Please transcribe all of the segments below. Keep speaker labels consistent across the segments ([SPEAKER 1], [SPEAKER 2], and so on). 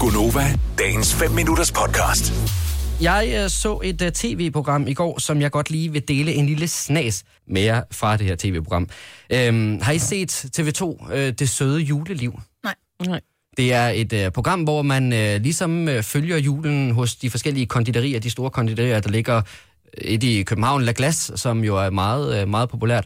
[SPEAKER 1] Gunova, dagens 5 minutters podcast.
[SPEAKER 2] Jeg øh, så et øh, tv-program i går, som jeg godt lige vil dele en lille snas med jer fra det her tv-program. Øhm, har I set TV2 øh, Det Søde Juleliv?
[SPEAKER 3] Nej.
[SPEAKER 4] Nej.
[SPEAKER 2] Det er et øh, program, hvor man øh, ligesom øh, følger julen hos de forskellige konditorier, de store konditorier, der ligger øh, et i København, La Glace, som jo er meget, øh, meget populært.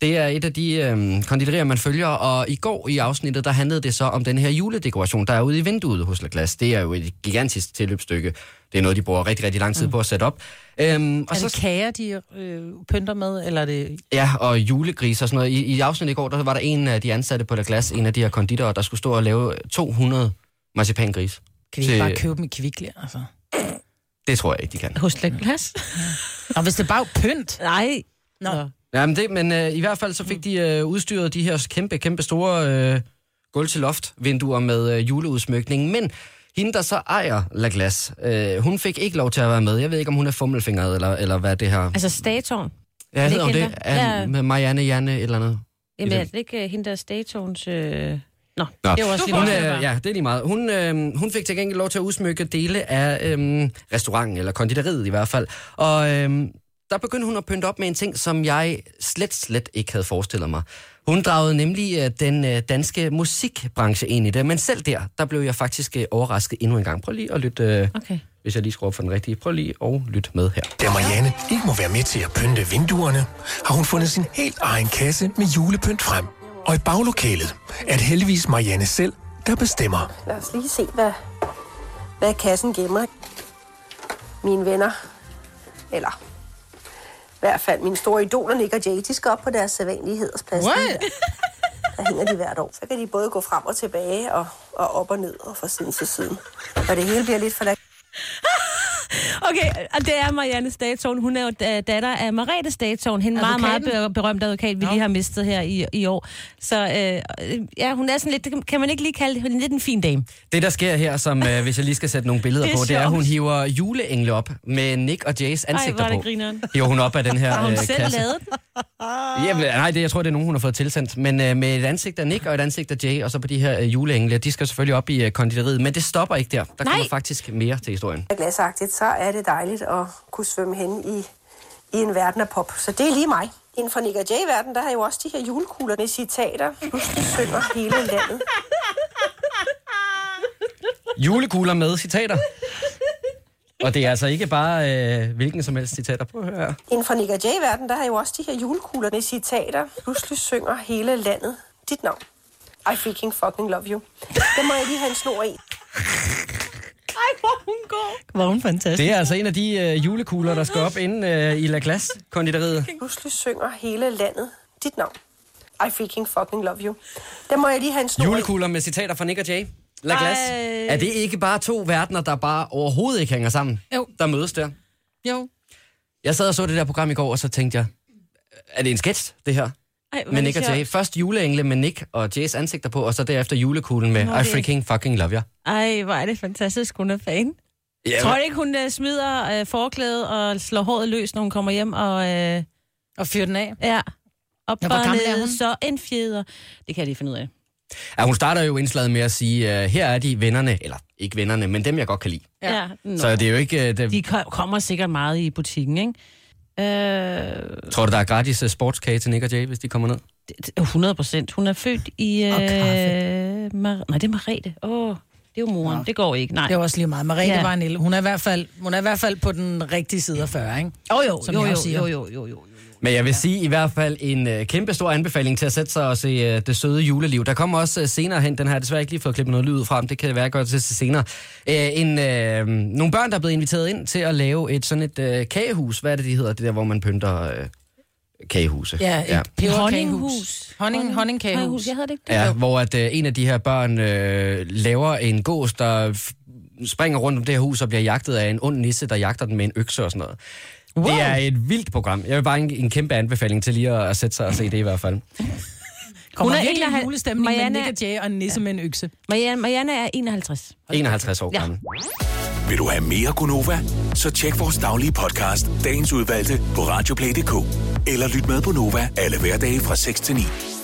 [SPEAKER 2] Det er et af de øh, konditorier, man følger, og i går i afsnittet, der handlede det så om den her juledekoration, der er ude i vinduet hos La Glace. Det er jo et gigantisk tilløbsstykke. Det er noget, de bruger rigtig, rigtig lang tid på at sætte op. Øhm, og
[SPEAKER 4] Mm. Er det kager, de øh, pynter med, eller er det...
[SPEAKER 2] Ja, og julegris og sådan noget. I, i afsnittet i går, der var der en af de ansatte på La Glace, en af de her konditorer, der skulle stå og lave 200 marcipangris.
[SPEAKER 4] Kan vi
[SPEAKER 2] Til-
[SPEAKER 4] ikke bare købe dem i kvikle, altså?
[SPEAKER 2] Det tror jeg ikke, de kan.
[SPEAKER 4] Hos Lækglas? Og hvis det bare er pynt?
[SPEAKER 3] Nej.
[SPEAKER 4] Nå.
[SPEAKER 2] Ja, men, det, men øh, i hvert fald så fik de øh, udstyret de her kæmpe, kæmpe store øh, gulv-til-loft-vinduer med øh, juleudsmykning. Men hende, der så ejer La Glace, øh, hun fik ikke lov til at være med. Jeg ved ikke, om hun er fummelfingret, eller, eller hvad det her...
[SPEAKER 3] Altså statoren.
[SPEAKER 2] Ja, hedder hun det?
[SPEAKER 3] legender.
[SPEAKER 2] Er,
[SPEAKER 3] Ja.
[SPEAKER 2] med Marianne Janne et eller andet.
[SPEAKER 3] Jamen,
[SPEAKER 2] den-
[SPEAKER 3] er det ikke øh, hende der statorens... Øh... Nå,
[SPEAKER 2] Nå.
[SPEAKER 3] det var også lige
[SPEAKER 2] Hun,
[SPEAKER 3] meget.
[SPEAKER 2] øh, ja, det er lige meget. Hun, øh, hun fik til gengæld lov til at udsmykke dele af øh, restauranten, eller konditoriet i hvert fald. Og øh, der begyndte hun at pynte op med en ting, som jeg slet, slet ikke havde forestillet mig. Hun dragede nemlig øh, den øh, danske musikbranche ind i det, men selv der, der blev jeg faktisk øh, overrasket endnu en gang. Prøv lige at lytte, øh,
[SPEAKER 3] Okay.
[SPEAKER 2] hvis jeg lige skruer op for den rigtige, prøv lige at lytte med her.
[SPEAKER 5] Da Marianne ikke må være med til at pynte vinduerne, har hun fundet sin helt egen kasse med julepynt frem. Og i baglokalet er det heldigvis Marianne selv, der bestemmer.
[SPEAKER 6] Lad os lige se, hvad, hvad kassen gemmer. Mine venner, eller i hvert fald mine store idoler, Nick og Jay, de skal op på deres sædvanlige hedersplads.
[SPEAKER 4] What?
[SPEAKER 6] Der hænger de hvert år. Så kan de både gå frem og tilbage, og, og op og ned, og fra siden til siden. Og det hele bliver lidt for
[SPEAKER 3] Okay, og det er Marianne Statorn. Hun er jo da- datter af Marete Statorn, hende meget, meget
[SPEAKER 4] Advokaten?
[SPEAKER 3] be- berømt advokat, vi lige har mistet her i, i år. Så øh, øh, ja, hun er sådan lidt, det kan- kan man ikke lige kalde hende lidt en fin dame.
[SPEAKER 2] Det, der sker her, som øh, hvis jeg lige skal sætte nogle billeder
[SPEAKER 3] Det
[SPEAKER 2] det
[SPEAKER 3] er
[SPEAKER 2] på, det er, at
[SPEAKER 3] sjovt.
[SPEAKER 2] hun hiver juleengle op med Nick og Jays ansigter
[SPEAKER 3] hvor er det
[SPEAKER 2] på.
[SPEAKER 3] grineren.
[SPEAKER 2] Hiver hun op af den her
[SPEAKER 3] Har hun
[SPEAKER 2] øh,
[SPEAKER 3] selv
[SPEAKER 2] kasse.
[SPEAKER 3] lavet den?
[SPEAKER 2] Jamen, nej, det, jeg tror, det er nogen, hun har fået tilsendt. Men øh, med et ansigt af Nick og et ansigt af Jay, og så på de her øh, juleengle, de skal selvfølgelig op i øh, konditoriet, men det stopper ikke der. Der
[SPEAKER 3] Nej.
[SPEAKER 2] kommer faktisk mere til historien.
[SPEAKER 6] glasagtigt, så er det dejligt at kunne svømme hen i, i en verden af pop. Så det er lige mig. Inden for Nick og Jay-verden, der har jeg jo også de her julekugler med citater. Pludselig synger hele landet.
[SPEAKER 2] Julekugler med citater. Og det er altså ikke bare øh, hvilken som helst citater. Prøv at høre her.
[SPEAKER 6] Inden for Nick Jay-verden, der har jo også de her julekugler med citater. Pludselig synger hele landet dit navn. I freaking fucking love you. Det må jeg lige have en snor i.
[SPEAKER 3] Ej, hvor hun går. Hvor hun fantastisk.
[SPEAKER 2] Det er altså en af de øh, julekugler, der skal op inde øh, i La Glace konditoriet.
[SPEAKER 6] Pludselig synger hele landet dit navn. I freaking fucking love you. Det må jeg lige have en snor i.
[SPEAKER 2] Julekugler med citater fra Nick og Jay. La Glace.
[SPEAKER 3] Ej.
[SPEAKER 2] Er det ikke bare to verdener, der bare overhovedet ikke hænger sammen?
[SPEAKER 4] Jo.
[SPEAKER 2] Der mødes der.
[SPEAKER 4] Jo.
[SPEAKER 2] Jeg sad og så det der program i går, og så tænkte jeg, er det en sketch, det her?
[SPEAKER 3] Ej, hvor er
[SPEAKER 2] med
[SPEAKER 3] det
[SPEAKER 2] Nick og
[SPEAKER 3] sjovt.
[SPEAKER 2] Jay. Først juleengle med Nick og Jays ansigter på, og så derefter julekuglen med I freaking fucking love jer.
[SPEAKER 3] Ej, hvor er det fantastisk, hun er fan.
[SPEAKER 2] Ja,
[SPEAKER 3] Tror du ikke, hun øh, smider øh, forklædet og slår håret løs, når hun kommer hjem og... Øh,
[SPEAKER 4] Og fyr den af.
[SPEAKER 3] ja, op
[SPEAKER 4] Nå, hvor
[SPEAKER 3] og
[SPEAKER 4] gammel er
[SPEAKER 3] ned,
[SPEAKER 4] hun?
[SPEAKER 3] så en fjeder. Det kan jeg lige finde ud af.
[SPEAKER 2] ja, hun starter jo indslaget med at sige, uh, her er de vennerne, eller ikke vennerne, men dem jeg godt kan lide.
[SPEAKER 4] Ja.
[SPEAKER 3] Ja. ja.
[SPEAKER 2] Så det er jo ikke, uh, det,
[SPEAKER 3] De ko- kommer sikkert meget i butikken, ikke? Øh,
[SPEAKER 2] tror du der er gratis uh, sportskage til Nick og Jay, hvis de kommer ned?
[SPEAKER 3] det- 100 procent. Hun er født i... Øh,
[SPEAKER 4] Og
[SPEAKER 3] Mar- Nej, det er Marete. Åh, det er jo moren. Det går ikke, nej.
[SPEAKER 4] Det er jo også lige meget. Marie
[SPEAKER 3] Ja.
[SPEAKER 4] ja. var en el. Hun er, i hvert fald, hun er i hvert fald på den rigtige side af 40, ikke?
[SPEAKER 3] Åh, jo,
[SPEAKER 4] Som
[SPEAKER 3] jo,
[SPEAKER 4] jeg
[SPEAKER 3] jo,
[SPEAKER 4] også siger.
[SPEAKER 3] jo, jo, jo, jo, jo.
[SPEAKER 2] Men jeg vil sige i hvert fald en øh, kæmpe stor anbefaling til at sætte sig og se øh, Det Søde Juleliv. Der kommer også øh, senere hen, den har jeg desværre ikke lige fået klippet noget lyd ud fra, men det kan være godt til senere, øh, en, øh, nogle børn, der er blevet inviteret ind til at lave et sådan et øh, kagehus. Hvad er det, de hedder? Det der, hvor man pynter øh, kagehuse.
[SPEAKER 4] Ja, et ja.
[SPEAKER 3] Honninghus.
[SPEAKER 4] peberkagehus. Honning, honningkagehus.
[SPEAKER 3] Honningkagehus, jeg havde det ikke. Det
[SPEAKER 2] Ja, hvor at, øh, en af de her børn øh, laver en gås, der f- springer rundt om det her hus og bliver jagtet af en ond nisse, der jagter den med en økse og sådan noget. Wow. Det er et vildt program. Jeg vil bare en, en kæmpe anbefaling til lige at, at sætte sig og se det i hvert fald.
[SPEAKER 4] Kommer
[SPEAKER 3] Hun er
[SPEAKER 4] hun er virkelig en
[SPEAKER 3] 51
[SPEAKER 4] julestemning
[SPEAKER 3] Marianne-
[SPEAKER 4] med Nick og Jay og en nisse med en økse.
[SPEAKER 3] Marianne, Marianne er 51.
[SPEAKER 2] 51 år
[SPEAKER 3] Ja.
[SPEAKER 2] gammel.
[SPEAKER 1] Vil du have mere Gunova? Så tjek vores daglige podcast, dagens udvalgte, på radioplay.dk. Eller lyt med på Nova alle hverdage fra 6 til 9.